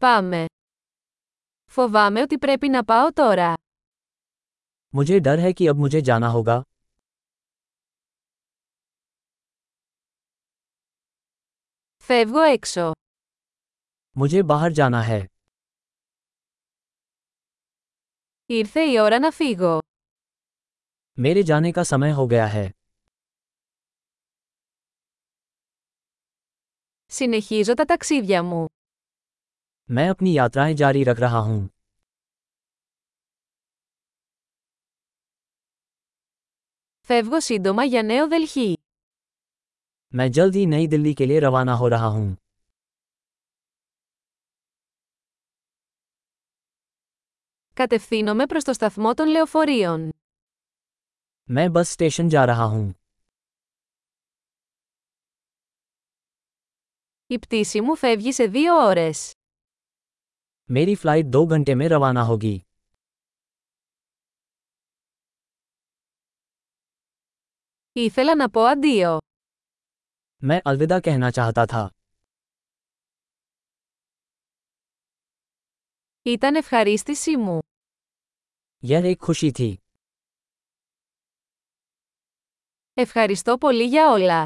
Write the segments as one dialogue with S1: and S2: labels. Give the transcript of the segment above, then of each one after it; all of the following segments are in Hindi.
S1: Πάμε. Φοβάμαι ότι πρέπει να πάω τώρα.
S2: मुझे डर है कि अब मुझे जाना होगा
S1: Φεύγω έξω.
S2: मुझे बाहर जाना है
S1: Ήρθε η ώρα να φύγω.
S2: मेरे जाने का समय हो गया है
S1: Συνεχίζω τα ταξίδια μου.
S2: मैं अपनी यात्राएं जारी रख रहा हूँ
S1: Φεύγω σύντομα για νέο Δελχή.
S2: मैं जल्द ही नई दिल्ली के लिए रवाना हो रहा हूँ
S1: Κατευθύνομαι προς το σταθμό των λεωφορείων.
S2: मैं बस स्टेशन जा रहा हूँ
S1: Η πτήση μου φεύγει σε δύο ώρες.
S2: मेरी फ्लाइट दो घंटे में रवाना होगी
S1: Ήθελα να πω αντίο.
S2: मैं अलविदा कहना चाहता था
S1: Ήταν ευχαρίστησή μου.
S2: यह एक खुशी थी
S1: Ευχαριστώ πολύ για όλα.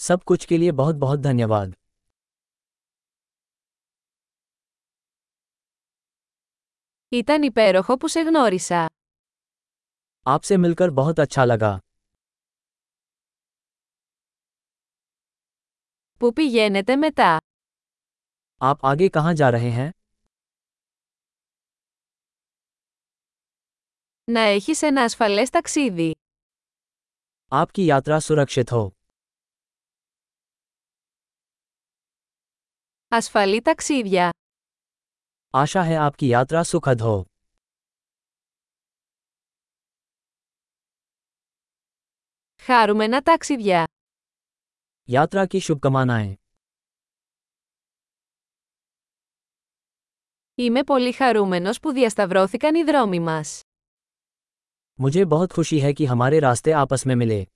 S2: सब कुछ के लिए बहुत बहुत धन्यवाद
S1: Ήταν υπέροχο που σε γνώρισα.
S2: आपसे मिलकर बहुत अच्छा लगा
S1: Πού πηγαίνετε μετά.
S2: आप आगे कहाँ जा रहे हैं
S1: Να έχεις ένα ασφαλές ταξίδι.
S2: आपकी यात्रा सुरक्षित हो
S1: Ασφαλή ταξίδια.
S2: आशा है आपकी यात्रा सुखद हो
S1: Χάρουμενα ταξίδια.
S2: यात्रा की शुभकामनाएं
S1: Είμαι πολύ χαρούμενος που διασταυρώθηκαν οι δρόμοι μας.
S2: मुझे बहुत खुशी है कि हमारे रास्ते आपस में मिले